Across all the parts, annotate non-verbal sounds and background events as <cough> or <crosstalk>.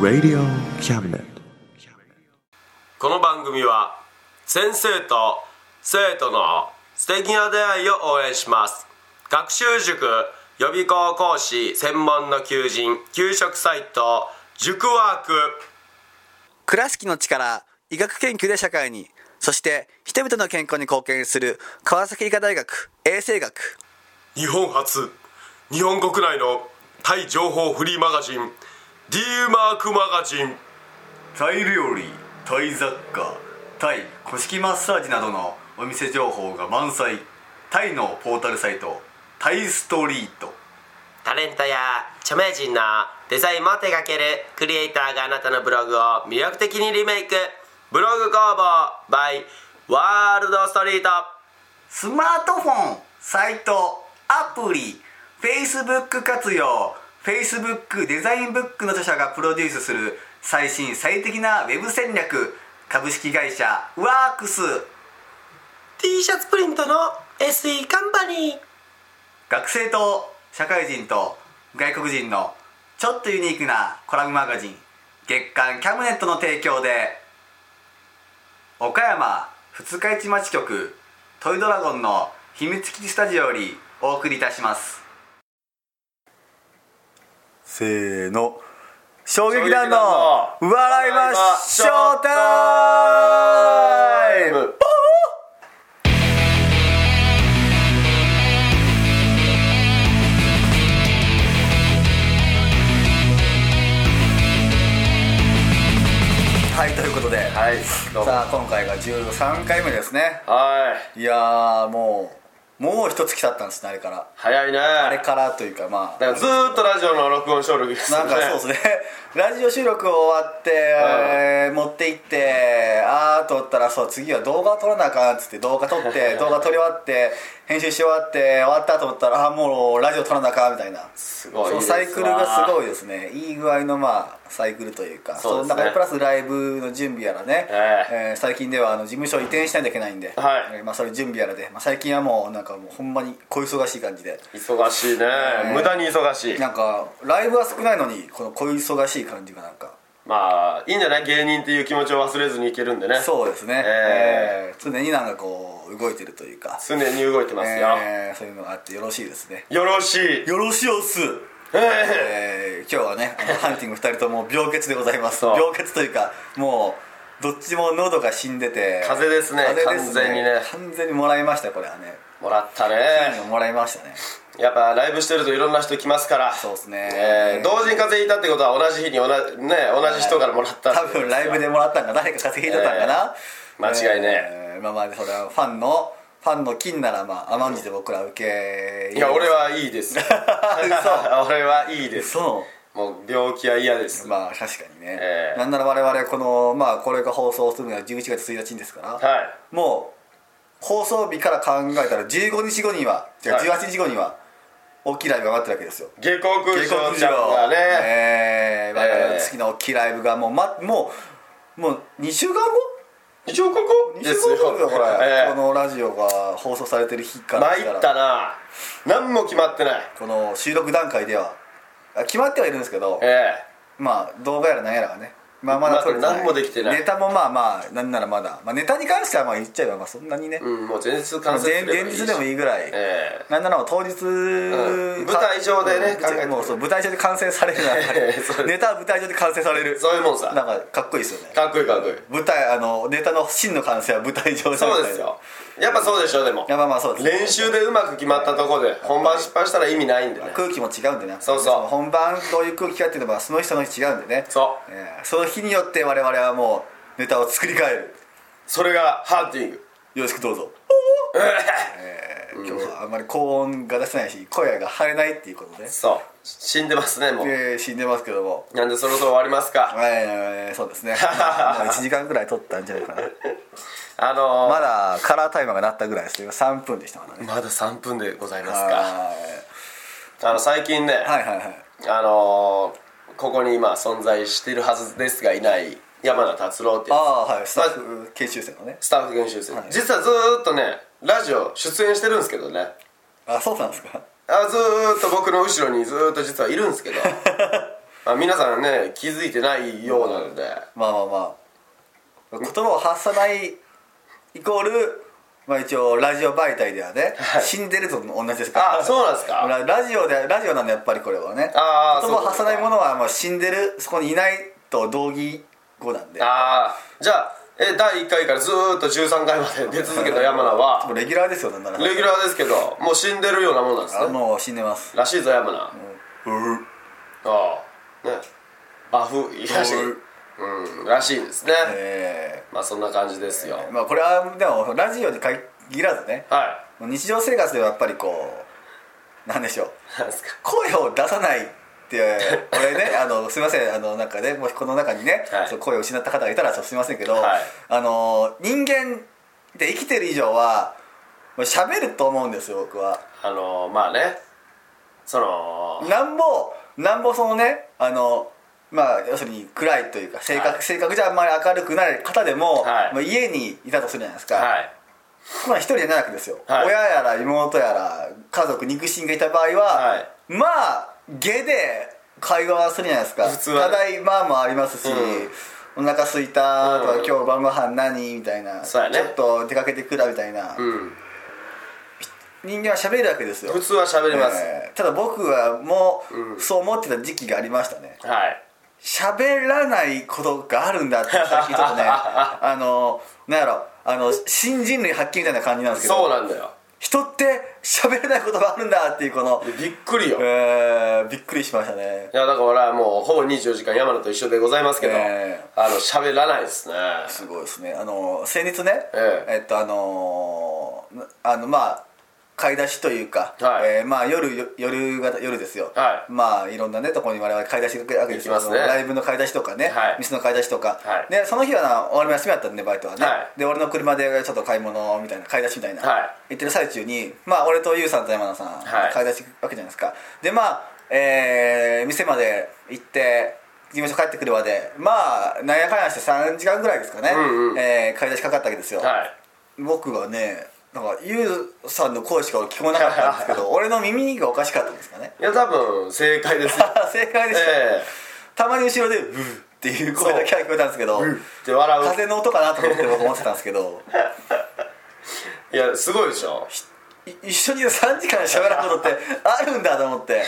Radio Cabinet. この番組は先生と生徒の素敵な出会いを応援します学習塾予備校講師専門の求人給食サイト塾ワーク倉敷の力医学研究で社会にそして人々の健康に貢献する川崎医科大学衛生学日本初日本国内のタイ情報フリーマガジン D マークマガジンタイ料理タイ雑貨タイ古式マッサージなどのお店情報が満載タイのポータルサイトタイストリートタレントや著名人のデザインも手掛けるクリエイターがあなたのブログを魅力的にリメイクブログ工房 by ワールドストリートスマートフォンサイトアプリ Facebook 活用 Facebook デザインブックの著者がプロデュースする最新最適なウェブ戦略株式会社ワークス T シャツプリントの SE カンパニー学生と社会人と外国人のちょっとユニークなコラムマガジン月刊キャムネットの提供で岡山二日市町局トイドラゴンの秘密基地スタジオよりお送りいたしますせーの衝撃弾の笑いましょうタイムはいということで、はい、どうも。さあ今回が13回目ですねはい、いやーもうもう一月経ったんですねあれから早いね。ああれからというかまあだからずーっとラジオの録音収録ですね。なんかそうですね <laughs> ラジオ収録終わって、持って行ってああ撮ったらそう次は動画を撮らなあかんっつって動画撮って <laughs> 動画撮り終わって編集し終わって終わったと思ったらああもうラジオ撮らなあかんみたいなすごいそでのすわサイクルがすごいですねいい具合のまあサイクルというかそうですねの中でプラスライブの準備やらね、えええー最近ではあの事務所移転しないといけないんで、はいえーまあ、それ準備やらで、まあ、最近はもうなんかもうほんまに小忙しい感じで忙しいね、え無駄に忙しい。なんかライブは少ないのにこの小忙しい感じがなんかまあ、いいんじゃない芸人っていう気持ちを忘れずにいけるんでね。そうですね、ええー常になんかこう動いてるというか、常に動いてますよ。えーそういうのがあってよろしいですねよろしい。よろしおっすええー今日はね <laughs> あのハンティング2人とも病欠でございますそう病欠というかもうどっちも喉が死んでて風邪ですね完全にね完全にもらいましたこれはねーもらった金ねを。もらいましたねやっぱライブしてるといろんな人来ますから。そうですねえー同時に風邪ひいたってことは同じ日に同じ,、ね、同じ人からもらったって多ことですよ分ライブでもらったんか誰か稼ぎてたんかな、えー間違いねえーまあまあそれはファンのファンの金ならまあ甘んじて僕ら受けいや俺はいいです <laughs> <laughs> 俺はいいですそもう病気は嫌ですうまあ確かにね、えーなんなら我々このまあこれが放送するのは11月1日ですから、はいもう放送日から考えたら15日後にはじゃあはい18日後には大きいライブが待ってるわけですよ下克上ちゃんががねえー、我々えのー次の大きいライブがもう,、ま、もうもう2週間後一応ここ2週間後ですよこれ、ええこのラジオが放送されてる日からです参かったらな何も決まってないこの収録段階ではあ決まってはいるんですけど、ええまあ動画やら何やらがねまあまだまだ撮れてない何もできてないネタもまあまあなんならまだ、まあ、ネタに関してはまあ言っちゃえばまあそんなにね、うんもう前日まあ完成前前日でもいいぐらい、えなんならもう当日、ん舞台上でねうん考えてもうそう舞台上で完成さ <laughs> れるなそうネタは舞台上で完成されるそういうもんさなんかかっこいいですよねえかっこいいかっこいい舞台あのネタの真の完成は舞台上でそうですよやっぱそうでしょでもいやまあまあそうですね練習でうまく決まったところで本番失敗したら意味ないんでね空気も違うんでねそうそうの本番どういう空気かっていうのはその日その日違うんでねそうえーその日によって我々はもうネタを作り変えるそれがハンティングよろしくど <laughs> うぞ、えー今日はあんまり高音が出せないし声が張れないっていうことねそう死んでますねもうで死んでますけどもなんでそろそろ終わりますかえー、そう <laughs> ですねまあ1時間ぐらい撮ったんじゃないかなあのーまだカラータイマーが鳴ったぐらいですよ3分でしたからねまだ3分でございますかはあの最近ね、いはいはいあのーここに今存在しているはずですがいない山田達郎っていあうあはいスタッまあフ研修生のねスタッフ研修生、はい実はずーっとねラジオ出演してるんですけどねあそうなんですかあずーっと僕の後ろにずーっと実はいるん <laughs> ですけどまあ皆さんね気づいてないようなので、まあまあまあ言葉を発さないイコール、まあ、一応ラジオ媒体ではね、死んでると同じですからあそうなんですかララジオでラジオなんでやっぱりこれはねあー言そうい葉をうこ発とさかないものはもう死んでるそこにいないと同義語なんでああじゃあえ第1回からずーっと13回まで出続けた山名はもうレギュラーですよなんならレギュラーですけどもう死んでるようなもんなんですあねもう死んでますらしいぞ山名、あうんあねバフいいらしいおううんらしいですね、えまあそんな感じですよ、ーまあこれはでもラジオに限らずねは日常生活ではやっぱりこうなんでしょういなんですか声を出さないって俺ね <laughs> あのすいませんあのなんかねもうこの中にね、はいそう声を失った方がいたらちょっとすいませんけど、はいあの人間で生きてる以上はもう喋ると思うんですよ僕は。あのー、まあねそのなんぼなんぼそのねあのまあ要するに暗いというか性格,、はい性格じゃあんまり明るくない方でも、はいまあ、家にいたとするじゃないですか、はいまあ一人じゃないわけですよ、はい親やら妹やら家族肉親がいた場合は、はいまあ下で会話はするじゃないですか普通はただいまもありますし、お腹空いたとか、うん今日晩ご飯何みたいな、ちそうやねょっと出かけてくらみたいな、うん人間は喋るわけですよ普通は喋ります、えーただ僕はもううそう思ってた時期がありましたねはい喋らないことがあるんだって最近ちょ <laughs> っとねあのなんやろあの新人類発見みたいな感じなんですけどそうなんだよ人って喋れないことがあるんだっていうこの、でびっくりよ、いえー、びっくりしましたねやだから俺はもうほぼ24時間山野と一緒でございますけど、えあの喋らないですねすごいですねあの先日ねええっとあのーあのまあ買い出しというか、はいえーまあ夜よ夜が夜ですよ、はいまあいろんなねところに我々買い出しに行くわけですよ行きますねあのライブの買い出しとかね、はい店の買い出しとか、はいでその日はな俺も休みだったんでバイトはね、はいで俺の車でちょっと買い物みたいな買い出しみたいな、はい行ってる最中にまあ俺とゆうさんと山田さん、はい買い出し行くわけじゃないですかでまあえー店まで行って事務所帰ってくるまでまあなんやかんやして3時間ぐらいですかね、うんうんえー買い出しかかったわけですよ、はい僕はねなんかゆうさんの声しか聞こえなかったんですけど俺の耳がおかしかったんですか <laughs> ねいや多分正解ですよ <laughs> 正解でした、ええたまに後ろで「ブー」っていう声だけは聞こえたんですけどって笑風の音かなと思って僕思ってたんですけどういやすごいでしょい一緒に3時間喋らんことってあるんだと思って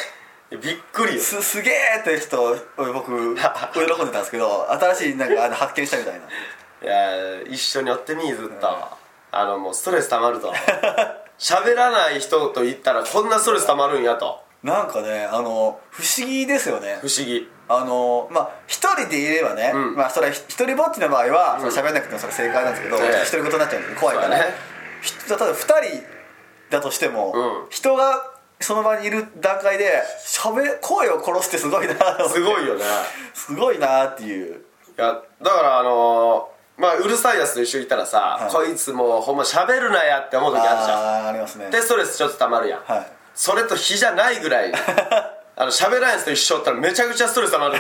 いやびっくりよすすげえってちょっと僕喜んでたんですけど新しいなんかあの発見したみたいないや一緒にやってみずっと、あのもうストレス溜まると喋らない人と言ったらこんなストレス溜まるんやとなんかねあの不思議ですよね不思議あのまあ一人でいればね、んまあそれは一人ぼっちの場合は、それ喋らなくてもそれ正解なんですけど、ええ一人ごとになっちゃうんで怖いから、そうだねひ例えば二人だとしても、うん人がその場にいる段階で喋声を殺すってすごいなと思ってすごいよねすごいなっていういやだからあのーまあうるさいやつと一緒にいたらさ、はいこいつもうほんま喋るなやって思う時あるじゃあーありますねんでストレスちょっと溜まるやん、はい <laughs> それと比じゃないぐらいあの喋らないやつと一緒だったらめちゃくちゃストレス溜まる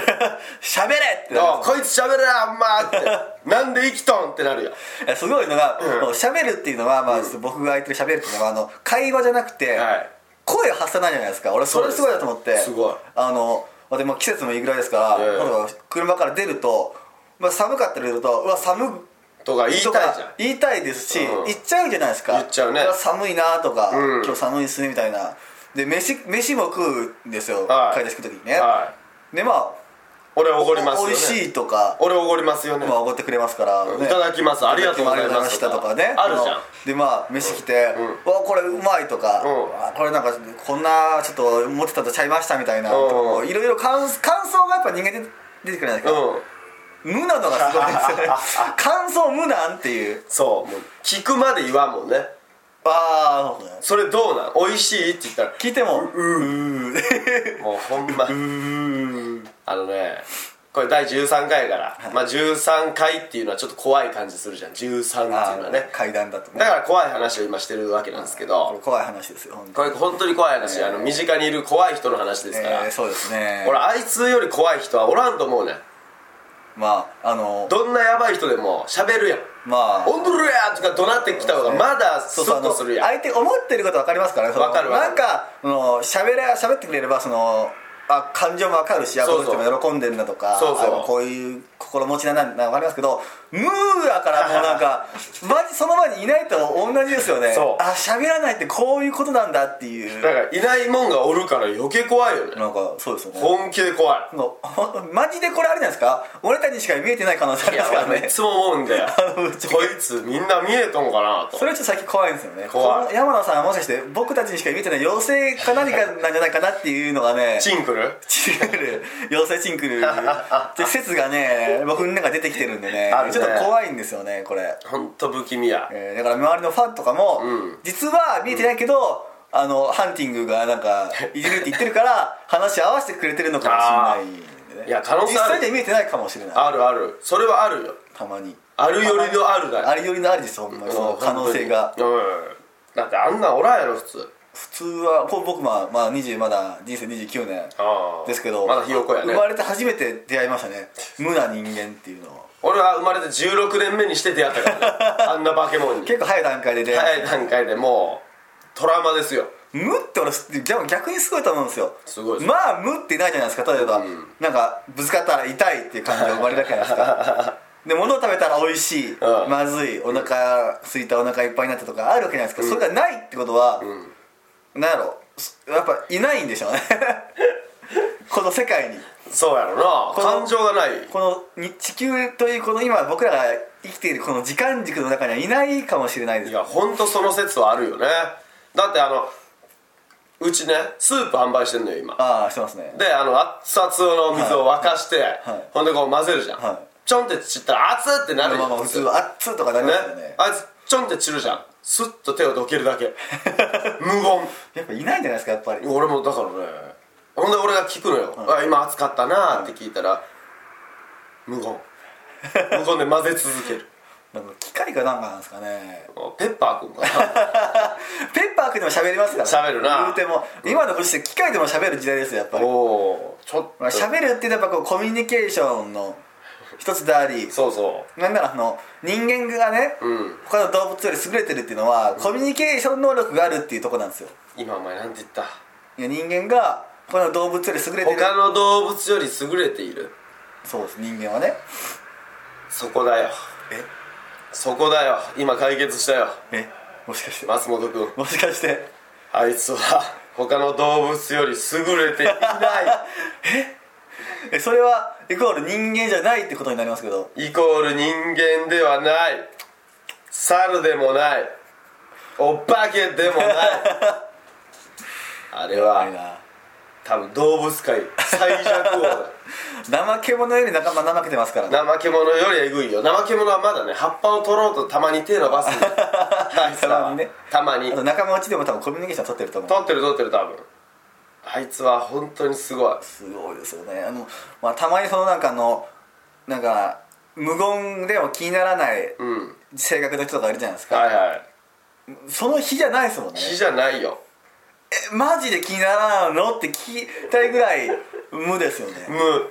喋れってなりあますこいつ喋るなあんま <laughs> ってなんで生きとんってなるよいやすごいのが、喋るっていうのは、まあ、僕が相手で喋るっていうのはあの会話じゃなくて、はい声を発さないじゃないですか俺それすごいなと思ってすごいあのでも季節もいいぐらいですから、ええ例えば車から出ると、まあ、寒かったりするとうわ寒っとか言いたいじとゃんか言いたいですし、うん言っちゃうじゃないですか言っちゃうねわ寒いなとか、うん今日寒いっすねみたいなで飯飯も食うんですよ、はい買い出し行く時にね、はいでまあ俺おごりますよ、ね、美味しいとか俺おごりますよねまあ、おごってくれますから、いただきますありがとうございますただきありがとうございましたとかねあるじゃんでまあ飯来て「うんわこれうまい」とか、うんあこれなんかこんなちょっと思ってたとちゃいました」みたいなとかうんこういろいろ感感想がやっぱ人間で出てくるんですけうど、ん無なのがすごいですよね <laughs> 感想無なんっていうそうもう聞くまで言わんもんねああそれどうなん美味しいって言ったら聞いても「う <laughs> ー」もうほんまあのねこれ第13回やから、まあ13回っていうのはちょっと怖い感じするじゃん13っていうのあはーね階段だとだねから怖い話を今してるわけなんですけど、これ怖い話ですよ本こ当れに、本当に怖い話、あの身近にいる怖い人の話ですえから、ーそうですね俺あいつより怖い人はおらんと思うねんまああのどんなヤバい人でも喋るやんまあおんどるや!」とか怒鳴ってきた方がまだスそうそうあッとのするやん相手思ってること分かりますからねその分かる分かなるんかその喋れ喋ってくれればそのあ感情も分かるしあこそうのそう人も喜んでるんだとかそうそうあこういう心持ちなんだなんか分かりますけどムーだからもうなんかマジその場にいないと同じですよねそうあ喋らないってこういうことなんだっていうだからいないもんがおるから余計怖いよねなんかそうですよね本気で怖いの <laughs> マジでこれあれじゃないですか俺たちにしか見えてない可能性あいりまやすから俺もねいつも思うんだよのぶっちゃけこいつみんな見えとんかなとそれはちょっと先怖いんですよね怖いこの山野さんはもしかして僕たちにしか見えてない妖精か何かなんじゃないかなっていうのがねチンクルチンクル妖精チンク <laughs> ルって説がね僕の中で出てきてるんでねあるねちょっと怖いんですよねこれ、ほんと不気味やえーだから周りのファンとかも、うん実は見えてないけど、あのハンティングがなんかいじるって言って <laughs> るから話合わせてくれてるのかもしれないんでねいや可能性実ある際には見えてないかもしれないあるあるそれはあるよたまにあるよりのあるだよありよりのありですほんまにその可能性がうんだってあんなんおらんやろ普通普通はこう僕まあまあ20まだ人生29年あーですけどまだひよこやね生まれて初めて出会いましたね無な人間っていうのを俺は生まれて16年目にして出会ったから <laughs> ねあんな化け物に結構早い段階で出会早いいました段階でもうトラウマですよ無って俺すでも逆にすごいと思うんですよすごいですまあ無ってないじゃないですか例えば、なんかぶつかったら痛いっていう感じが生まれるじゃないで <laughs> すかで物を食べたら美味しい、うんまずいお腹空いたお腹いっぱいになったとかあるわけじゃないですか、それがないってことは、なんやろすやっぱいないんでしょうね <laughs> この世界にそうやろなこの感情がないこのに地球というこの今僕らが生きているこの時間軸の中にはいないかもしれないでいすやほんとその説はあるよねだってあのうちねスープ販売してんのよ今ああしてますねであの熱々の水を沸かして、はいほんでこう混ぜるじゃん、はちょんって散ったら熱ってなるじまゃあんまあ普通はあっつとかなりますよねねあいつちょんって散るじゃんスッと手をどけるだ <laughs> け無言やっぱいないんじゃないですかやっぱり俺もだからねほんで俺が聞くのよ「あ今暑かったな」って聞いたら、無 <laughs> 言無言で混ぜ続けるなんか機械かなんかなんですかね <laughs> ペッパーくんかなペッパーくんでも喋りますから喋るな言うても今のご時世機械でも喋る時代ですよやっぱりおおちょっとまあ喋るってやっぱこうコミュニケーションの一つでありそうそなんならあの人間がね、ん他の動物より優れてるっていうのはコミュニケーション能力があるっていうとこなんですよう今お前なんて言ったいや人間が他の動物より優れてる他の動物より優れているそうです人間はねそこだよえそこだよ今解決したよえもしかして、松本君もしかしてあいつは他の動物より優れ <laughs> ていなえそれはイコール人間じゃないってことになりますけどいイコール人間ではない猿でもないお化けでもないあれあれはな多分動物界最弱王 <laughs> だ怠け者より仲間怠けてますからね怠け者よりえぐいよ怠け者はまだね葉っぱを取ろうとたまに手伸 <laughs> ばすんだよあいつらはたまにねたまにあと取仲間内でも多分コミュニケーション取ってると思うってる取ってる多分あいつは本当にすごいすごいですよねあの、まあ、たまにそのなんかあのなんか無言でも気にならないうん性格の人とかいるじゃないですか、はいはいその日じゃないですもんね火じゃないよえマジで気にならないのって聞きたいぐらい無ですよねむ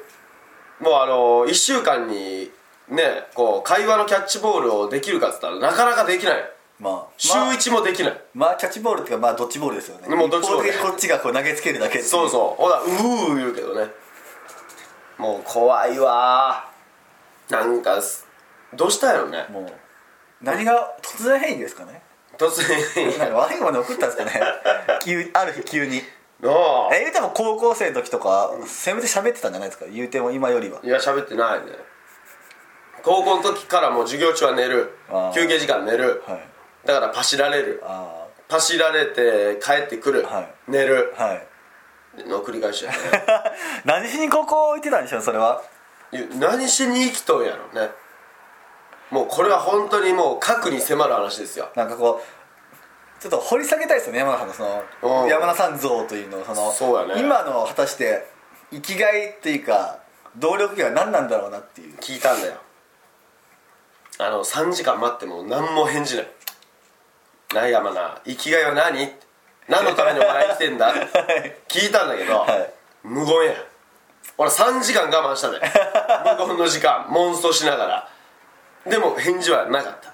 もうあの1週間にねこう会話のキャッチボールをできるかっつったらなかなかできないまあ週まあ1もできない、まあキャッチボールっていうかまあドッジボールですよねもうドッジボール一方的にこっちがこう投げつけるだけっていそうそうほらうー言うけどねもう怖いわーなんかすどうしたんやろねもう何が突然変異ですかね突 <laughs> なん然か悪いもの送ったんですかね <laughs> 急ある日急にのえ言うても高校生の時とかせめて喋ってたんじゃないですか言うても今よりはいや喋ってないね高校の時からもう授業中は寝るあー休憩時間寝る、はいだからパシられるあパシられて帰ってくる、はい寝るあはい <laughs> の繰り返しやね何しに高校行ってたんでしょうそれはいや何しに生きとんやろねもうこれは本当にもう核に迫る話ですよなんかこうちょっと掘り下げたいですよね山田さんのそうんの山田さん像というのをそのそうやね今の果たして生きがいというか動力源は何なんだろうなっていう聞いたんだよあの3時間待っても何も返事ない「ない山名生きがいは何?」何のためにお前生きて <laughs> んだ?」聞いたんだけど、はい無言や俺3時間我慢したね無言の時 <laughs> 間モンストしながらでも返事はなかった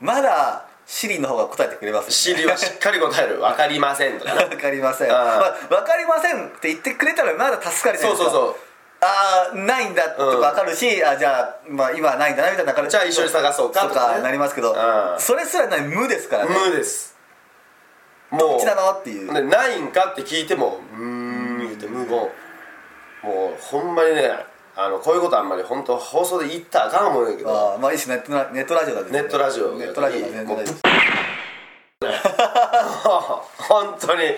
まだシリの方が答えてくれます、ね、シリはしっかり答える「分かりません」とかなわかりません、あーまあ、わかりませんって言ってくれたらまだ助かるじゃないですそうそうかそうああないんだとかわかるし、あじゃあ,、まあ今はないんだなみたいな感じゃあ一緒に探そうかととかねかなりますけど、うんそれすらない無ですからね無ですもうどっちなのっていうでないんかって聞いてもうーん言って無言もうほんまにねあのこういうことあんまり本当放送で言ったらあかん思うんやけどあーまあ一種ネットラネットラジオだねネットラジオネットラジオだいいネットラジオ <laughs> 本当にイ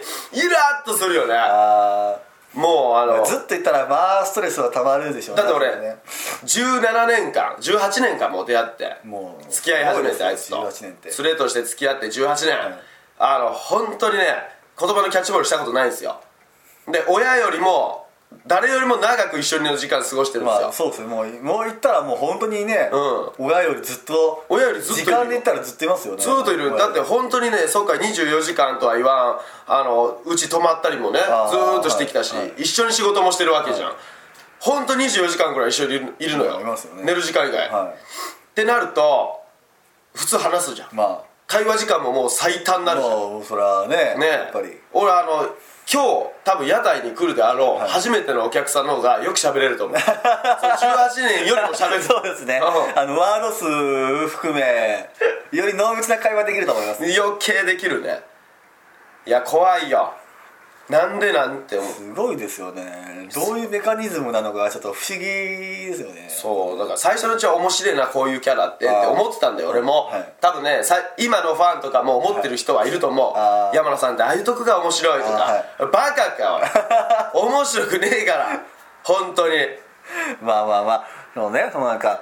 ラッとするよねあもうああのずっと言ったらまあストレスはたまるでしょうねだって俺それはね17年間18年間もう出会ってもう付き合い始めてあいつと18年ってスレとして付き合って18年、あの本当にね言葉のキャッチボールしたことないんですよで親よりも誰よりも長く一緒にの時間過ごしてるんですよ、まあそうですねもうもう言ったらもう本当にね、う親よりずっと親よりずっとい時るよ間で言ったらずっといますよねずっといるだって本当にねそっか24時間とは言わんあのうち泊まったりもねずあーーっとしてきたし、はいはい一緒に仕事もしてるわけじゃん、本当24時間ぐらい一緒にいるいるのよ,、いますよね寝る時間以外、っはてなると普通話すじゃんいま会話時間ももう最短にあなるじゃんもうそれはねねやっぱり俺あの今日多分屋台に来るであろう、初めてのお客さんの方がよく喋れると <laughs> 思うそう18年よりも喋るそうですねうんあのワード数含めより濃密な会話できると思います余計できるねいや怖いよなんでなんて思うすごいですよねどういうメカニズムなのかちょっと不思議ですよねそうだから最初のうちは面白いなこういうキャラってってあー思ってたんだよ俺も、はい多分ねさ今のファンとかも思ってる人はいると思う、あー山田さんってああいうとこが面白いとか、あバカかおい面白くねえから本当にまあまあまあそのねそのなんか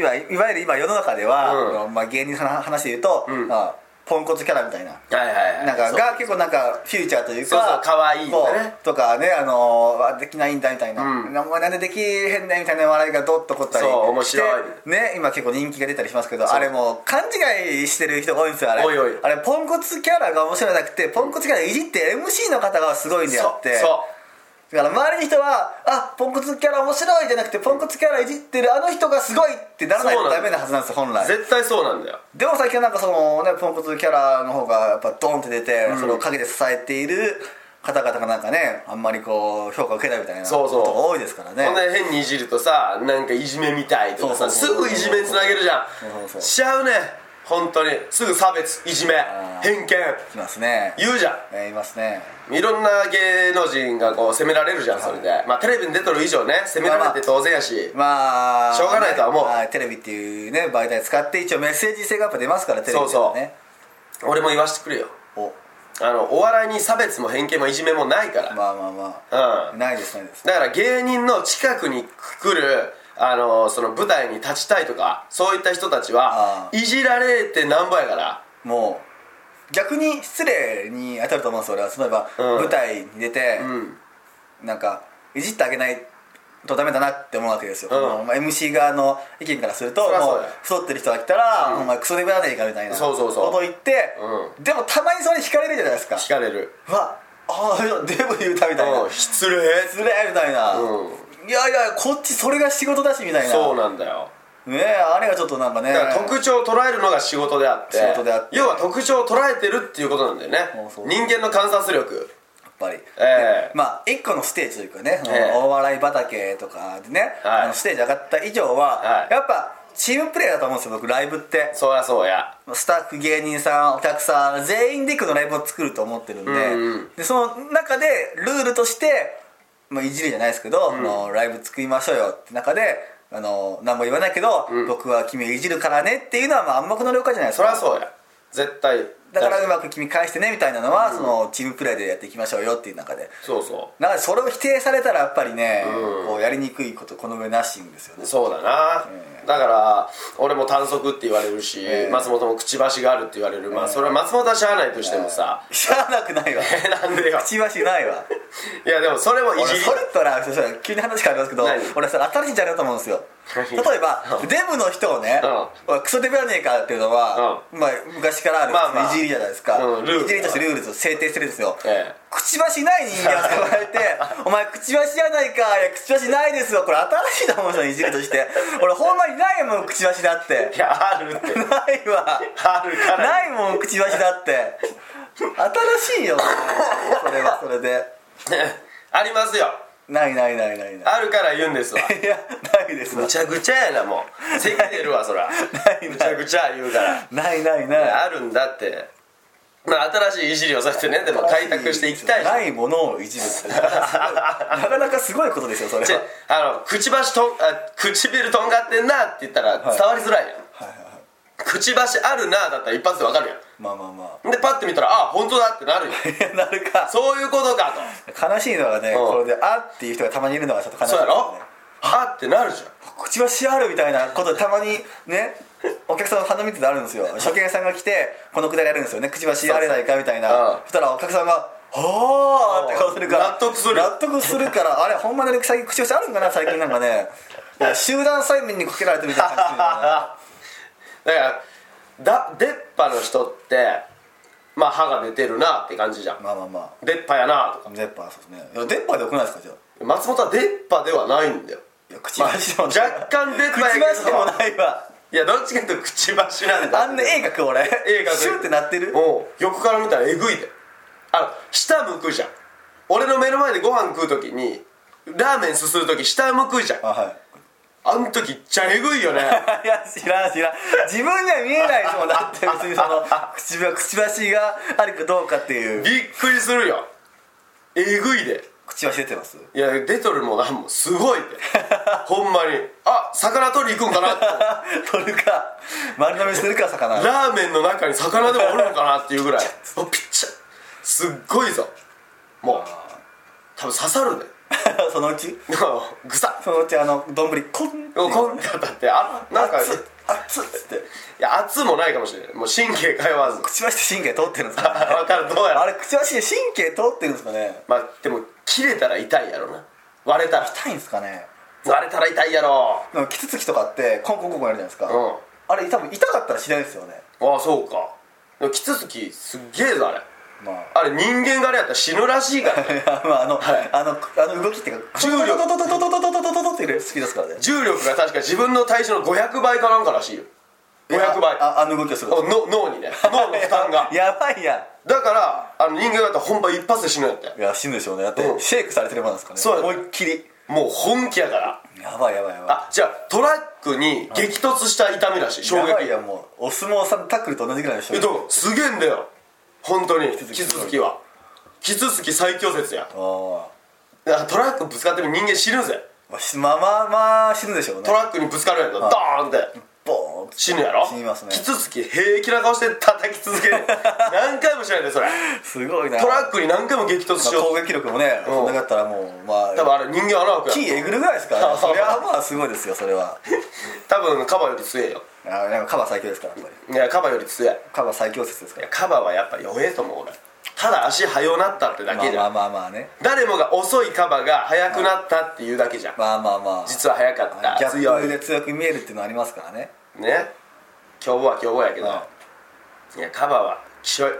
いわいわゆる今世の中では、うんあのまあ、芸人さんの話で言うと、んまあ、ポンコツキャラみたいなはいはいはいなんかそうが結構なんかフューチャーというかそうそう可愛いこようねとかねあのーあできないんだみたいな、うんななんでできへんねんみたいな笑いがドッと起こったりそう面白いしてね今結構人気が出たりしますけどうあれもう勘違いしてる人が多いんですよあれおいおいあれポンコツキャラが面白いんじゃなくてポンコツキャラいじって MC の方がすごいんであってそうそうだから周りの人は「あポンコツキャラ面白い」じゃなくてポンコツキャラいじってるあの人がすごいってならないそうとなんだダメなはずなんですよ本来絶対そうなんだよでも最近はなんかそのねポンコツキャラの方がやっぱドンって出て、それを陰で支えている方々がなんかねあんまりこう評価を受けないみたいなそうそうことが多いですからねこんな変にいじるとさなんかいじめみたいとかさそうすそうそうぐいじめにつなげるじゃそうそうんそうしちゃうね本当にすぐ差別いじめあー偏見いますね言うじゃねいますねんいろんな芸能人がこう責められるじゃんそれでまあテレビに出てる以上ね責められて当然やしまあしょうがないとは思うまあテレビっていうね媒体使って一応メッセージ性がやっぱ出ますからテレビではね俺も言わしてくれよおあのお笑いに差別も偏見もいじめもないからまあまあまあ、うんないですないですだから芸人の近くに来るあのその舞台に立ちたいとかそういった人たちはあーいじられてなんぼやからもう逆に失礼に当たると思うんですよ俺は例えば、うん舞台に出て、うんなんかいじってあげないとダメだなって思うわけですよ、うんもうまあ MC 側の意見からするとそりゃもそううだよ太ってる人が来たら、お前クソデブやねえかみたいなそうそうそうこと言って、でもたまにそれ惹かれるじゃないですか惹かれるうわああデブ言うたみたいなうん失失礼礼みたいな、ういやいやこっちそれが仕事だしみたいなそうなんだよねえあれがちょっとなんかねだから特徴を捉えるのが仕事であって仕事であって要は特徴を捉えてるっていうことなんだよねそうそう人間の観察力やっぱり、ええまあ一個のステージというかね、そのええお笑い畑とかでね、はいあのステージ上がった以上は、はいやっぱチームプレーだと思うんですよ僕ライブってそりゃそうやスタッフ芸人さんお客さん全員で1個のライブを作ると思ってるんで,、うんうんでその中でルールとして、まあ、いじるじゃないですけど、そのライブ作りましょうよって中であの何も言わないけど、僕は君をいじるからねっていうのは、まあ、暗黙の了解じゃないですそりゃかそうや絶対だからうまく君返してねみたいなのは、そのチームプレーでやっていきましょうよっていう中でそうそなんかそれを否定されたらやっぱりね、こうやりにくいことこの上なしんですようねそうだな、ええだだから俺も短足って言われるし、ええ松本もくちばしがあるって言われるまあそれは松本はしゃあないとしてもさ、しゃあなくな <laughs> いわえなんでよくちばしないわいやでもそれもい俺じりそれったらそうそう急に話変わりますけど何俺それ新しいんじゃないかと思うんですよ何例えばデブの人をねうクソデブやねえかっていうのはまあ昔からあるまあまあいじりじゃないですかうんルールいじりとしてルールを制定してるんですよええくちばしない人間を捕まえて <laughs> 「お前くちばしじゃないかいやくちばしないですよこれ新しいと思うんですよいじりとして俺ほんまにないもんくちばしだっていやあるって <laughs> ないわあるからないもんくちばしだって新しいよそれはそれでありますよないないないないないあるから言うんです <laughs> わいやないですわぐちゃぐちゃやなもう咳出るわ <laughs> そらないぐちゃぐちゃ言うからないないないあるんだってまあ新しいいじりをさせてねでも開拓していきたいしないものをいじる <laughs> ってなかなかすごいことですよそれちはあのくちばしとんあ唇とんがってんなって言ったら伝わりづらいやん、くちばしあるなだったら一発でわかるやまあまあまんでパッて見たらあ本当だってなる <laughs> やんあなるかそういうことかと悲しいのはねうんこれで「あ」っていう人がたまにいるのがちょっと悲しいそうやろねあってなるじゃんくちばしあるみたいなことたまにねお客さんの反応見ててあるんで <laughs> すよ初見さんが来てこのくだりやるんですよねくちばしあれないかみたいそうなうんそしたらお客さんが「はあ」って顔するから納得する納得するからあれほんまに最近口しあるんかな最近なんかね集団催眠にかけられてるみたいな感じだよね <laughs> だからだ出っ歯の人ってまあ歯が出てるなって感じじゃんまあまあま出っ歯やなとかあ出っ歯そうですねいや出っ歯でよくないですかじゃあ松本は出っ歯ではないんだよいやくちばしでもない、まあ若干出っ歯やけどくちばしでもないわいやどっちかというとくちばしなんだあんな絵描く俺絵描くシュンってなってるおう横から見たらえぐいであの下向くじゃん俺の目の前でご飯食う時にラーメンすする時下向くじゃんあはいあん時っちゃえぐいよねいや知らん知らん自分には見えないですもんだって別にその <laughs> くちばくちばしがあるかどうかっていうびっくりするよえぐいでくちばし出てます <laughs> いや出とるもなんもすごいで <laughs> ほんまにあ魚取り行くんかなって取るか丸飲みするか魚 <laughs> ラーメンの中に魚でもおるのかなっていうぐらいおピッチャすっごいぞもう多分刺さるで <laughs> そのうちぐさっそのうちあの丼コンこんなだってあなんか熱っ熱っつっていや熱もないかもしれないもう神経通わず <laughs> くちばしって神経通ってるんですかねわかるどうやらあれくちばしで神経通ってるんですかねまあでも切れたら痛いやろな割れたら痛いんですかね割れたら痛いやろでもキツツキとかってコンコンコンコンやるじゃないですか、うんあれ多分痛かったらしないですよねああそうかでもキツツキすっげえぞあれまああれ人間があれやったら死ぬらしいからいやまああの、はいあのあの動きっていうか重力トトトトトトトトトトトっていうスピードですからね重力が確か自分の体重の500倍かなんからしいよ500倍ああの動きをするおの脳にね脳の負担がやばいやだからあの人間だったら本番一発で死ぬんやっていや死ぬでしょうねだって、うんシェイクされてるもんなんですからねそうや思いっきりもう本気やからやばいやばいやばいあじゃあトラックに激突した痛みらしい衝やば撃いやもうお相撲さんのタックルと同じぐらいの人えっとすげえんだよ本当にキツツキツツキはキツツキ最強説やああトラックぶつかってる人間死ぬぜあしまあまあまあ死ぬでしょうねトラックにぶつかるやんドーンってボーン死ぬやろ死にますねキツツキ平気な顔して叩き続ける <laughs> 何回もしないでそれすごいなトラックに何回も激突しまあよ攻撃力もねうんそんなかったらもうまあう多分あれ人間穴開くキーやんえぐるぐらいで <laughs> すからねそれはまあすごいですよそれは多分カバより強えよあーなんかカバー最強ですからやっぱりいやカバより強いカバー最強説ですかいやらカバはやっぱ弱えと思う俺ただ足速なったってだけじまゃあんまあまあまあね誰もが遅いカバが速くなったっていうだけじゃんまあまあまあ実は速かったギャ強ッいプで強く見えるっていうのはありますからねね凶暴は凶暴やけど、、はいやカバはき <laughs> しょい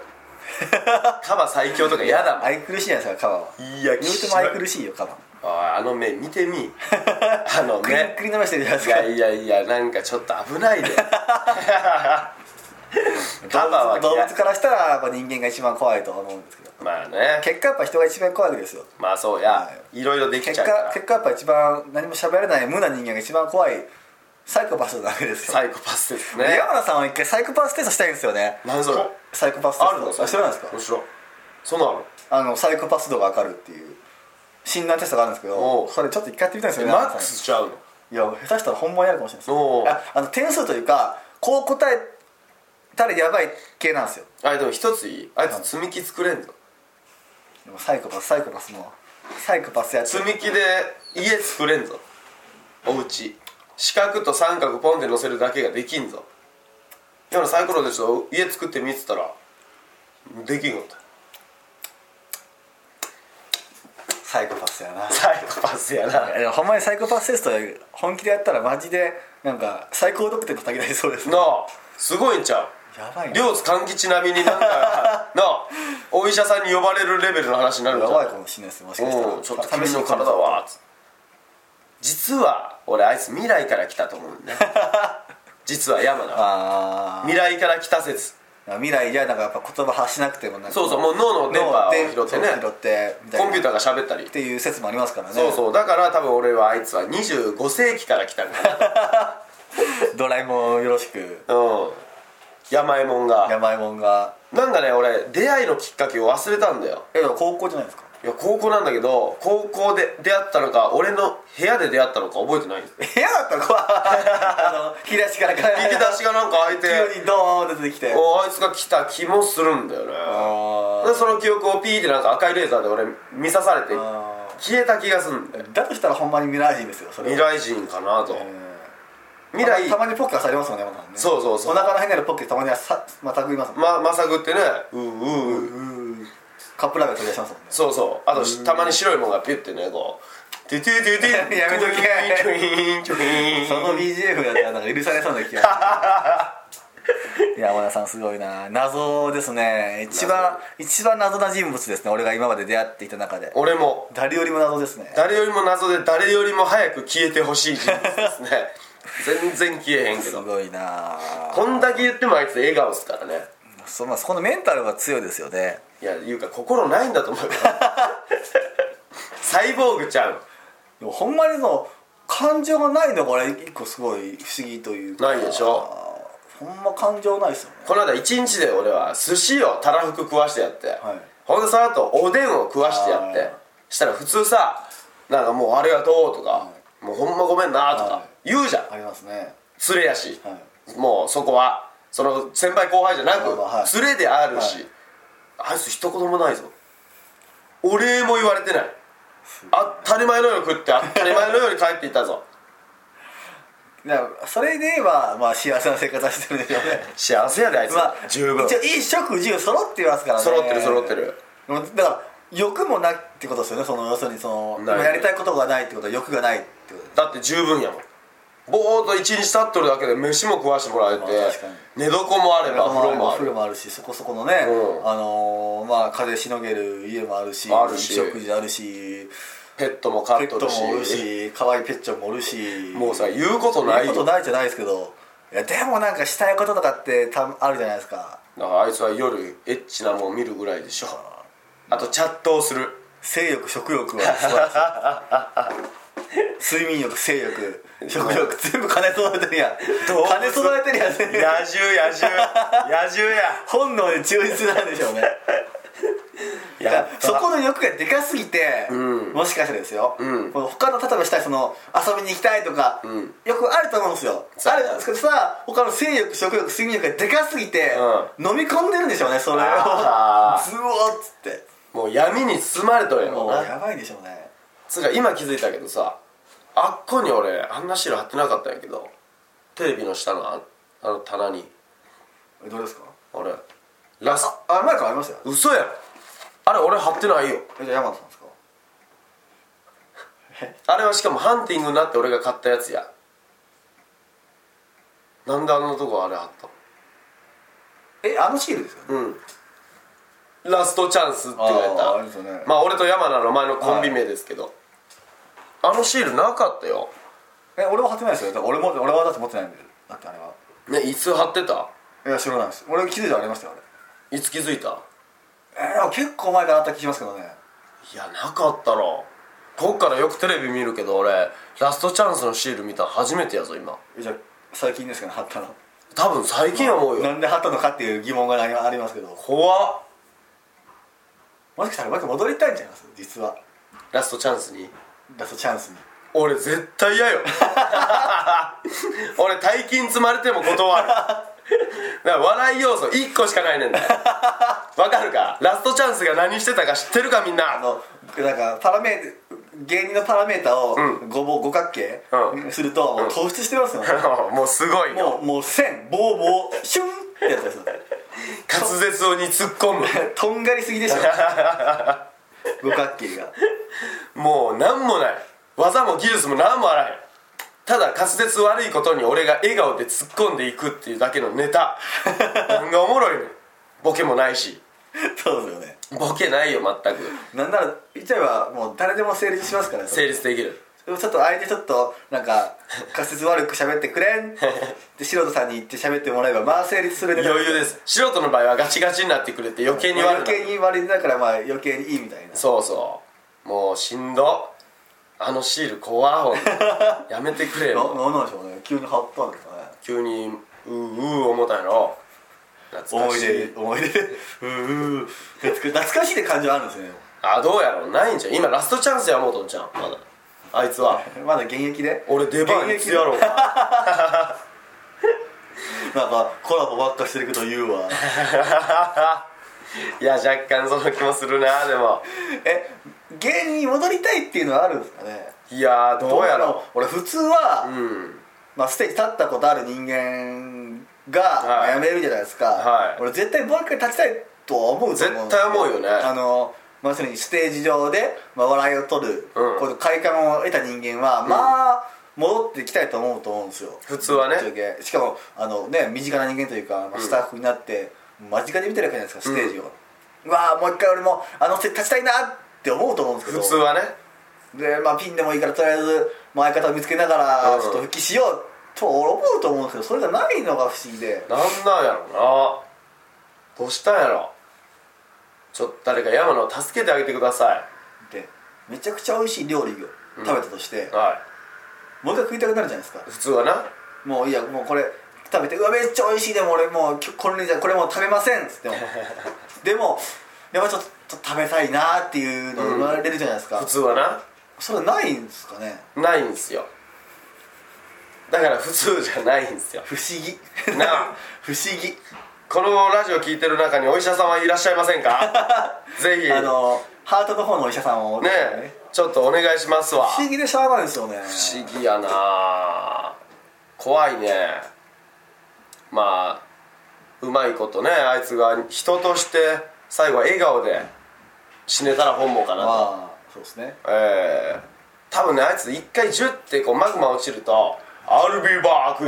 カバ最強とか嫌だもん愛くるしいじゃないですかカバはいやき言うてしもょい愛くるしいよカバおいあの目見て <laughs> みあのクリン <laughs> 目クリン伸ばしてるじゃないいでやいやいやなんかちょっと危ないで <laughs> すかカバは動嫌物いからしたらやっぱ人間が一番怖いと思うんですけどまあね結果やっぱ人が一番怖いわけですよまあそうや、、はいろいろできち結ゃうか果ら結果やっぱ一番何も喋れない無な人間が一番怖いサイコパスなわけですよサイコパスですねで山名さんは一回サイコパステストしたいんですよね何それサイコパステあるのスト知らないですか面白いそんなんあるあのサイコパス度が分かるっていう診断テストがあるんですけおどうそれちょっと一回やってみたいんですよねマ山ッ名クさんスちゃうのいや下手したら本番やるかもしれないおうですああの点数というかこう答えたらやばい系なんですよあれでも一ついいあいつ積み木作れんぞでもサイコパスサイコパスもサイコパスやって積み木で家作れんぞお家四角と三角ポンって乗せるだけができんぞだからサイコロでちょっと家作ってみっつったらできんのとサイコパスやなサイコパスやないやでもほんまにサイコパステスト本気でやったらマジでなんか最高得点叩き出しそうですなあすごいんちゃうやばいな両津勘吉並みになんかなあ <laughs> お医者さんに呼ばれるレベルの話になるんじやゃんばいかもしれないですもしかしたらうんちょっと君の体はつって実は俺あいつ未来から来たと思うん <laughs> だよ実は山だあ未来から来た説あ未来じゃなんかやっぱ言葉発しなくてもなんかそうそうもう脳の電波を拾ってね脳の電波を拾ってみたいなコンピューターが喋ったりっていう説もありますからねそうそうだから多分俺はあいつは25世紀から来たんだよドラえもんよろしくうん山右衛門が山えもんがなんかね俺出会いのきっかけを忘れたんだよえでも高校じゃないですかいや高校なんだけど高校で出会ったのか俺の部屋で出会ったのか覚えてないんですよ部屋だったのこ <laughs> あの引き出しから引き引き出しがなんか開いて急にドーンって出てきておあいつが来た気もするんだよねあでその記憶をピーってなんか赤いレーザーで俺見刺されてあ消えた気がするんだよーだとしたらほんまに未来人ですよそれ未は来人かなとうん未来たまにポッカーされますもんねまだねそうそうそうお腹の辺にあるポッケたまにはさまたぐいますもんね、ままさぐってねうーうーうーカップラーメン取り出しますもんねそうそうあとしたまに白いもんがピュッてねこうトゥトゥトゥトゥやめとけトゥイーントゥイーンその BGM やったらなんか許されそうな気が山田さんすごいな謎ですね一番一番謎な人物ですね俺が今まで出会っていた中で俺も誰よりも謎ですね誰よりも謎で誰よりも早く消えてほしい人物ですね <laughs> 全然消えへんけすどごいなこんだけ言ってもあいつ笑顔っすからねそ,、まあ、そこのメンタルが強いですよねいやいうか心ないんだと思うよ <laughs> サイボーグちゃんでもほんまにその感情がないのが俺一個すごい不思議というかないでしょほんま感情ないですよねこの間一日で俺は寿司をたらふく食わしてやって、いほんでその後おでんを食わしてやっあてしたら普通さなんかもうありがとうとか、もうほんまごめんなとはか言うじゃんありますね連れやし、はもうそこはその先輩後輩じゃなく、まあまあはい連れであるし、はいあいつ一言もないぞお礼も言われてない当たり前のように食って当たり前のように帰っていったぞだからそれで言えば、まあ、幸せな生活はしてるんでしょうね幸せやであいつ、まあ十分一応いい食事を揃っていますからね揃ってる揃ってるでもだから欲もないってことですよねその要するにそのないもうやりたいことがないってことは欲がないってことだって十分やもんぼーっと一日立っとるだけで飯も食わしてもらえて、まあ確かに寝床もあれば風呂もあお風る呂もあるしそこそこのね、うんあのーまあ風しのげる家もあるしあるし食事あるしペットも飼ペっッとトるしもおるし可愛いペッチョもおるしもうさ言うことない言うよことないじゃないですけどいやでもなんかしたいこととかってたあるじゃないですかだからあいつは夜エッチなもん見るぐらいでしょあとチャットをする性欲食欲は素晴らしい <laughs> 睡眠欲性欲食欲全部金揃えてるやん動物金揃えてるやん全部野獣野 <laughs> 獣野獣や本能に忠実なんでしょうねやっぱそこの欲がでかすぎて、うんもしかしたらですよ、うんこの他の例えばしたいその遊びに行きたいとか、んよくあると思うんですよそうあるんですけどさ他の性欲食欲睡眠欲がでかすぎて、飲み込んでるんでしょうねそれをあズワッつってもう闇に包まれとるやもろうなやばいでしょうねつうか今気づいたけどさあっこに俺あんなシール貼ってなかったんやけどテレビの下のああの棚にえどれですか俺ラスあ前からありましたよ嘘やんあれ俺貼ってないよえじゃあ山田さんですかあれはしかもハンティングになって俺が買ったやつやなんであんなとこあれ貼ったのえあのシールですよねうんラストチャンスって言われあーたあれですよねまあ俺と山名の前のコンビ名ですけど、あのシールなかったよえ俺も貼ってないですよだから俺も俺はだって持ってないんでだってあれはねいつ貼ってたいや知らないです俺気づいたらありましたよあれいつ気づいたえー、結構前からあった気しますけどねいやなかったろこっからよくテレビ見るけど俺ラストチャンスのシール見たの初めてやぞ今えじゃあ最近ですかね貼ったの多分最近思うなよんで貼ったのかっていう疑問がありありますけど怖っもしかしたらまた戻りたいんちゃいます実はラストチャンスにラストチャンスに俺絶対嫌よ <laughs> 俺大金積まれても断るだから笑い要素1個しかないねんだよわかるかラストチャンスが何してたか知ってるかみんな <laughs> あのなんかパラメー芸人のパラメータをうごぼ五角形うするともう突出してますよね <laughs> もうすごいよもうもう線ボーボーシュンってやつです滑舌をに突っ込む <laughs> とんがりすぎでしょ五角形がもう何もない技も技術も何もあらへんただ滑舌悪いことに俺が笑顔で突っ込んでいくっていうだけのネ <laughs> タ何がおもろいのボケもないしそうですよねボケないよ全くなんなら言っちゃえばもう誰でも成立しますからね成立できるでもちょっと相手ちょっとなんか滑舌悪く喋ってくれ <laughs> んで素人さんに言って喋ってもらえばまあ成立するネタ余裕です素人の場合はガチガチになってくれて余計にまあ悪余い計に悪いだからまあ余計にいいみたいなそうそうもうしんどあのシール怖ほんと <laughs> やめてくれなよなんなんでしょうね急に貼ったんですかね急にうーうー思ったんやろ懐か思いし出い思い出でうーうー懐か懐かしいって感じはあるん <laughs> ですねあどうやろうないんじゃん今ラストチャンスやもうとんちゃんまだあいつはまだ現役で俺出番いつやろう <laughs> かなんかコラボばっかしてること言う <laughs> わいや若干その気もするなでもえ芸人に戻りたいっていうのはあるんですかねいやーどうやろ俺普通は、ううんまあ、ステージ立ったことある人間が、はいまあ辞めるじゃないですか、はい俺絶対もう一回立ちたいとは思うと思うんです絶対思うよねあのまさにステージ上で、まあ、笑いを取る、うんこういう快感を得た人間は、まあ戻ってきたいと思うと思うんですよ普通はねぶっちゃけしかもあの、ね、身近な人間というか、まあ、スタッフになって、間近で見てるわけじゃないですかステージを、うわあもう一回俺もあのステージ立ちたいなって思うと思うんですけ普ど通はねでまあピンでもいいからとりあえず、まあ、相方を見つけながうらんちょっと復帰しようと思うと思うんですけどそれがないのが不思議でなんなんやろうなどうしたんやろちょっと誰か山野を助けてあげてくださでめちゃくちゃ美味しい料理を食べたとして、いはもう一回食いたくなるじゃないですかい普通はなもういいやもうこれ食べてうわめっちゃ美味しいでも俺もうきょこれじゃこれもう食べませんっつっても <laughs> でもやっぱちょっと食べたいなっていうのが生まれるじゃないですか、普通はなそれないんですかねないんですよだから普通じゃないんですよ不思議なあ <laughs> 不思議このラジオ聞いてる中にお医者様いらっしゃいません <laughs> かぜひあのハートの方のお医者さんをねえちょっとお願いしますわ不思議でしゃあないですよね不思議やなあ怖いねまあうまいことねあいつが人として最後は笑顔で死ねたら本望かなとまあそうですねえー、多分ねあいつ一回ジュッてこうマグマ落ちると「I'll be back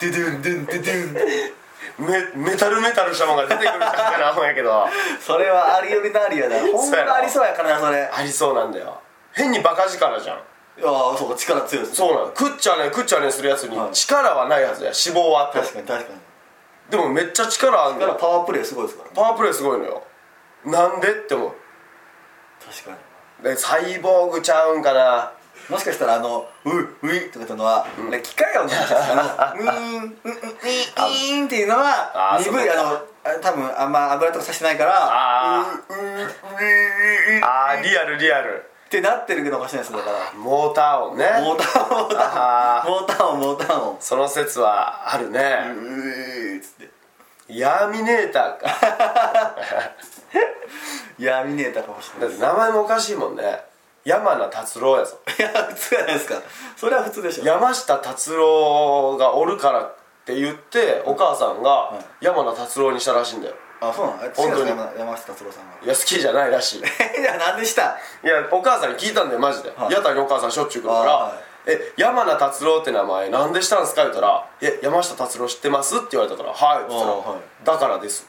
ドゥドゥンドゥンドゥドゥン」 <laughs> メメタルメタルしたもんが出てくるからな思うんやけど <laughs> それはありよりなありやなほんそうやろまありそうやからなそれいやありそうなんだよ変にバカ力じゃんーそうか力強いですそうなの食っちゃね食っちゃねするやつにはい力はないはずや脂肪はあって確かに確かにでもめっちゃ力あるんだだからよパワープレイすごいですからねパワープレイすごいのよなんでって思確かにうでサイボーグちゃうんかなもしかしたらあの「ういうい」とかったのは、あれ機械音なんですよあの「うーん」「うーん」っていうのはあー鈍いそうあかのあ多分あんま油とかさしてないからあ「うーうーうーうーうーあーリアルリアルってなってるのかもしれないですだからモーター音ねモーターモータあーモーター音モーター音その説はあるね、うーっつってヤーミネー <laughs> ターかいや見ねえたかもしれないだって名前もおかしいもんね山名達郎やぞいや普通じゃないですかそれは普通でしょ山下達郎がおるからって言ってお母さんが山名達郎にしたらしいんだよあそうなの本本当当にに山下達郎さんがいや好きじゃないらしいいやなんでしたいやお母さんに聞いたんだよマジで、はい屋台にお母さんしょっちゅう来るから「あえ山名達郎って名前なんでしたんすか?」言ったら「え山下達郎知ってます?」って言われたから「はい」って言ったらあはい「だからです」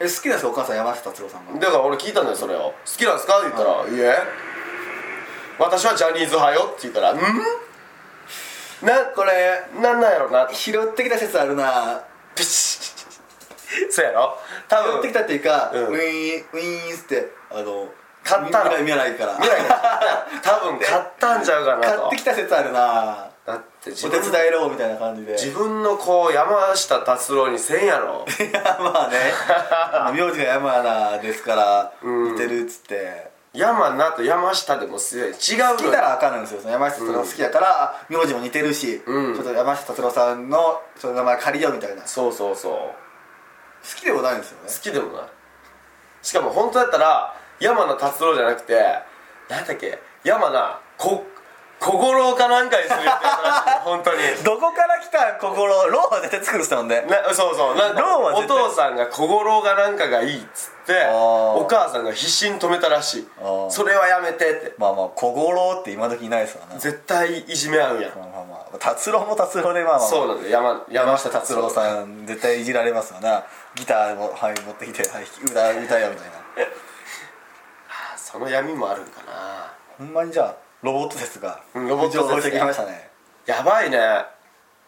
え好きなんですかお母さん山下達郎さんがだから俺聞いたんだよそれを「好きなんですか?」って言ったら「いえ私はジャニーズ派よ」って言ったら「んなこれなんなんやろな」 <laughs> ピ拾ってきた説あるなシッそうやろ多拾っ分てきたっていうか、うんウィーンウィーンってあの買ったの見見ないから未来が多分買ったんちゃうかな買とってきた説あるなだって自お分手伝いろうみたいな感じで自分の子を山下達郎にせんやろ <laughs> いやまあねまあ名字が山名ですからうん似てるっつって山名と山下でもすでに違う好きのなよらあかんなんですよその山下達郎好きだから、名字も似てるし、うんちょっと山下達郎さんのその名前借りようみたいな好そうそうそうきでもないんですよね好きでもないしかも本当だったら山名達郎じゃなくて何だっけ山名こ小五郎かなんかにする予定だったらし <laughs> いの本当にどこから来た心ローは絶対作るっすもんねなそうそうなんかローはお絶対父さんが小五郎がなんかがいいっつってあーお母さんが必死に止めたらしいあーそれはやめてってまあまあ小五郎って今時いないですわな絶対いじめ合うやんまあまあまあ達郎も達郎でまあまあそうなんだよ山山下達達郎郎さんさん絶対いじられますわなギターも、はい、持ってきて、はい、歌歌えよみたいなその闇もあるんかなほんまにじゃあロボット説がうんロボット説が浮上してきましたねやばいね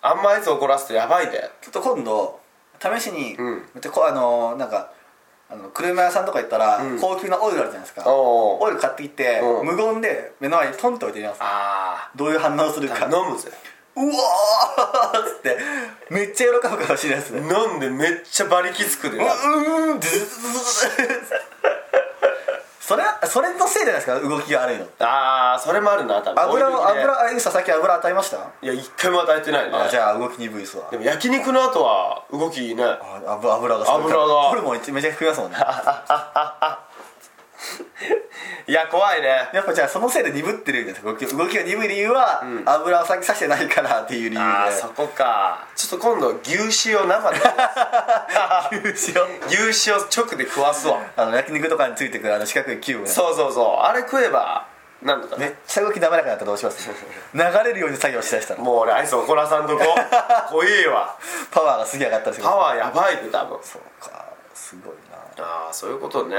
あんまあいつ怒らすとやばいでちょっと今度試しに、うんめっちゃこうあのなんかあの車屋さんとか行ったら、うん高級なオイルあるじゃないですかおうオイル買ってきて、うん無言で目の前にトンって置いてみますあどういう反応するあか飲むぜうわーっつってめっちゃ喜ぶかもしれないですね飲んでめっちゃ馬力つくでなうーんズズズズズそれはそれのせいじゃないですか動きが悪いのああそれもあるな多分油をオイルね油あゆうささっき油与えましたいや一回も与えてないねあじゃあ動き鈍いっすわでも焼肉の後は動きいいねあ油油がすごい油がホルモンめちゃめちゃ食いますもんねいや怖いねやっぱじゃあそのせいで鈍ってるんです動き動きが鈍い理由は、油を先さしてないからっていう理由ああそこかちょっと今度牛脂を生で <laughs> <laughs> で牛脂を牛脂を直で食わすわあの焼肉とかについてくるあの四角いキューブねそうそうそうあれ食えばなんとかめねっちゃ動き滑らかになったらどうします流れるように作業しだしたらもう俺アイス怒らさんと <laughs> こ怖えわパワーがすげえ上がったりするパワーやばいで多分そうかすごいなああそういうことね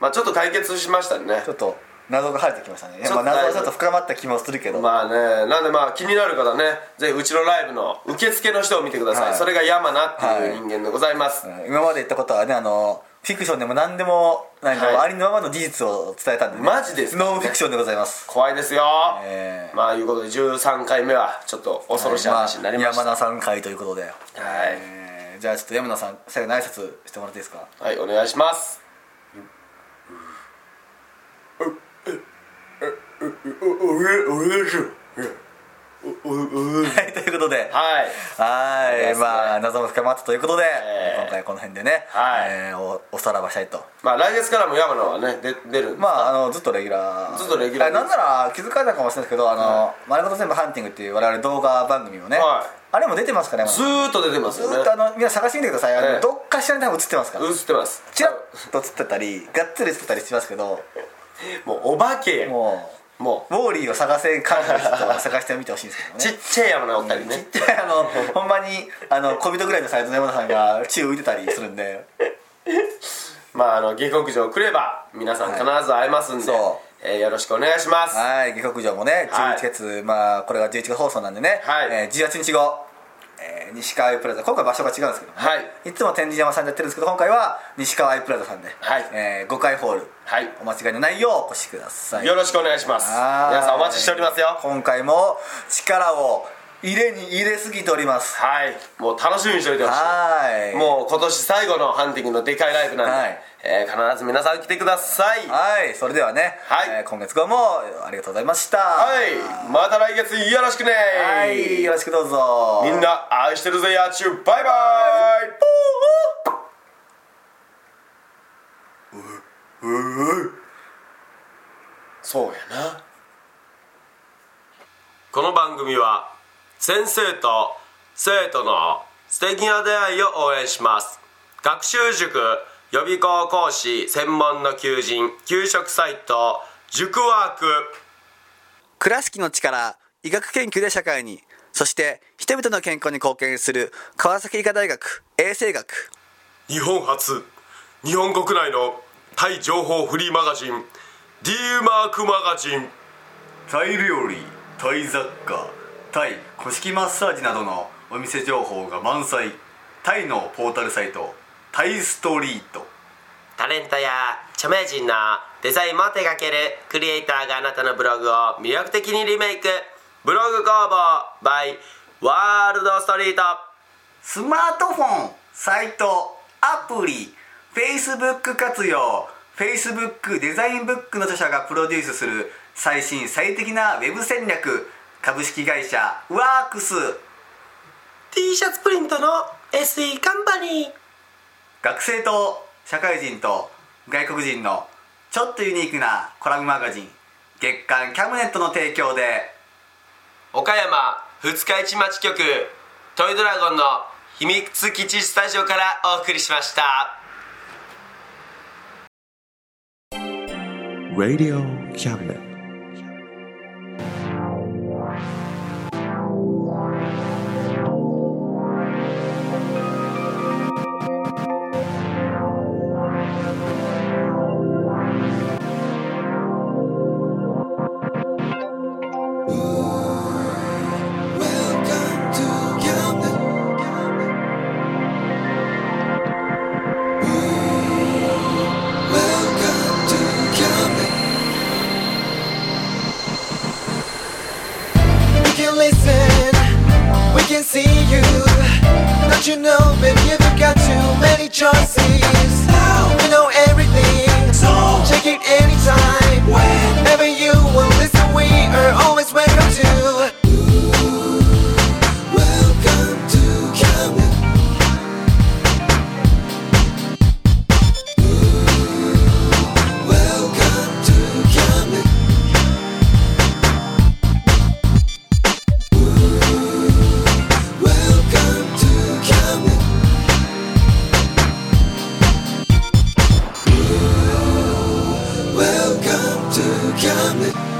まあちょっと解決しましたねちょっと謎が晴れてきましたねちょっとまあ謎はちょっと深まった気もするけど、まあねなんでまあ気になる方ねぜひうちのライブの受付の人を見てください、はいそれが山名っていう人間でございます、うん今まで言ったことはねあのフィクションでも何でもなんかはいありのままの事実を伝えたんで、ねマジですかノンフィクションでございます怖いですよ、ええまあいうことで13回目はちょっと恐ろしい話になりましたはいあ山田さん会ということで、はい、えーじゃあちょっと山田さん最後の挨拶してもらっていいですかはい、お願いします。 <laughs> はいということでははい。ーいですねまあ謎も深まったということで、えー今回この辺でね、はいえーおおさらばしたいとまあ、来月からも山野はね、で出るんで。まああのずっとレギュラーずっとレギュラーあなんなら気づかれたかもしれないですけど「あの丸ごと全部ハンティング」っていう我々動画番組もね、はいあれも出てますからねずーっと出てますずよーっねと。あのみんな探してみてください、あのええどっかしらに多分映ってますから映ってます。チラッと映ってたりがっつり映ってたりしますけどもう、お化けや。ももう、うウォーリーを探せ感覚でちょっと探してみてほしいんですけどねちっちゃい山野おったりちねっ。ちゃいあのほんまにあの小人ぐらいのサイズの山田さんが宙浮いてたりするんでまあ、あの、下克上来れば、皆さん必ず会えますんではいそう、えーよろしくお願いします。はい下克上もねはい11月、まあこれが11月放送なんでね、はいえー18日後、えー西川アイプラザ今回場所が違うんですけど、ねはい。い、つも天神山さんでやってるんですけど今回は西川アイプラザさんで、はいえ5回ホールはい。お間違いのないようお越しくださいよろしくお願いします。はい皆さんお待ちしておりますよ。今回も力を入れに入れすぎておりますはい。もう楽しみにしておいてほしい。はいもう今年最後のハンティングのでかいライブなんで、はいえー必ず皆さん来てくださいははいそれではね、はいえー今月号もありがとうございましたいまた来月よろしくねはいよろしくどうぞみんな愛してるぜやちゅうバイバイそうやなこの番組は先生と生徒の素敵な出会いを応援します学習塾予備校講師専門の求人給食サイト塾ワーク倉敷の力医学研究で社会にそして人々の健康に貢献する川崎医科大学衛生学日本初日本国内のタイ情報フリーマガジン D マークマガジンタイ料理タイ雑貨タイ古式マッサージなどのお店情報が満載タイのポータルサイトタイストリートタレントや著名人のデザインも手掛けるクリエイターがあなたのブログを魅力的にリメイクブログ工房 by ワールドストリートスマートフォンサイトアプリ Facebook 活用 Facebook デザインブックの著者がプロデュースする最新最適なウェブ戦略株式会社ワークス T シャツプリントの SE カンパニー学生と社会人と外国人のちょっとユニークなコラムマガジン月刊キャムネットの提供で岡山二日市町局トイドラゴンの秘密基地スタジオからお送りしました Radio Cabinet. We can listen, we can see you. Don't you know, baby, you've got too many choices. We know everything, so check it anytime. Whenever you will listen, we are always welcome to. Welcome to Camden. Welcome to Camden. Welcome to Camden. Welcome to Camden.